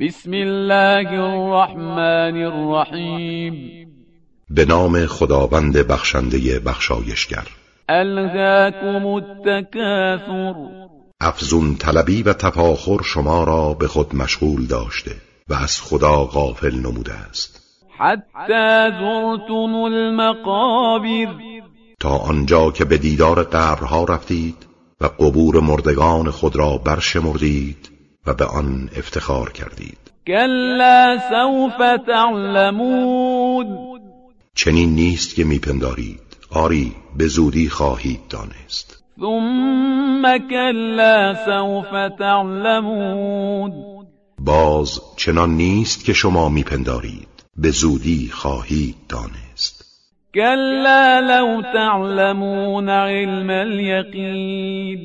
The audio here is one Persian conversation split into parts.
بسم الله الرحمن الرحیم به نام خداوند بخشنده بخشایشگر الهاکم التکاثر افزون طلبی و تفاخر شما را به خود مشغول داشته و از خدا غافل نموده است حتی زرتم المقابر تا آنجا که به دیدار قبرها رفتید و قبور مردگان خود را برشمردید و به آن افتخار کردید کلا سوف تعلمون چنین نیست که میپندارید آری به زودی خواهید دانست ثم کلا سوف تعلمون باز چنان نیست که شما میپندارید به زودی خواهید دانست کلا لو تعلمون علم الیقین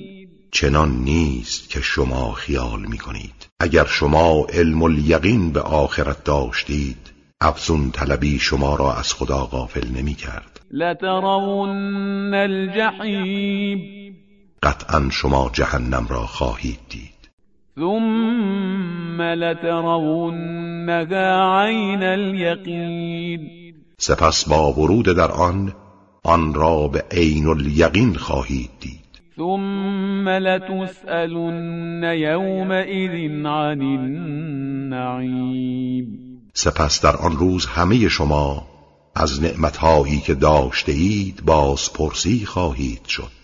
چنان نیست که شما خیال می کنید اگر شما علم الیقین به آخرت داشتید افزون طلبی شما را از خدا غافل نمی کرد لترون الجحیم قطعا شما جهنم را خواهید دید ثم لترونها عین اليقین سپس با ورود در آن آن را به عین الیقین خواهید دید ثم لتسألن یومئذ عن النعیم سپس در آن روز همه شما از نعمتهایی که داشته اید بازپرسی خواهید شد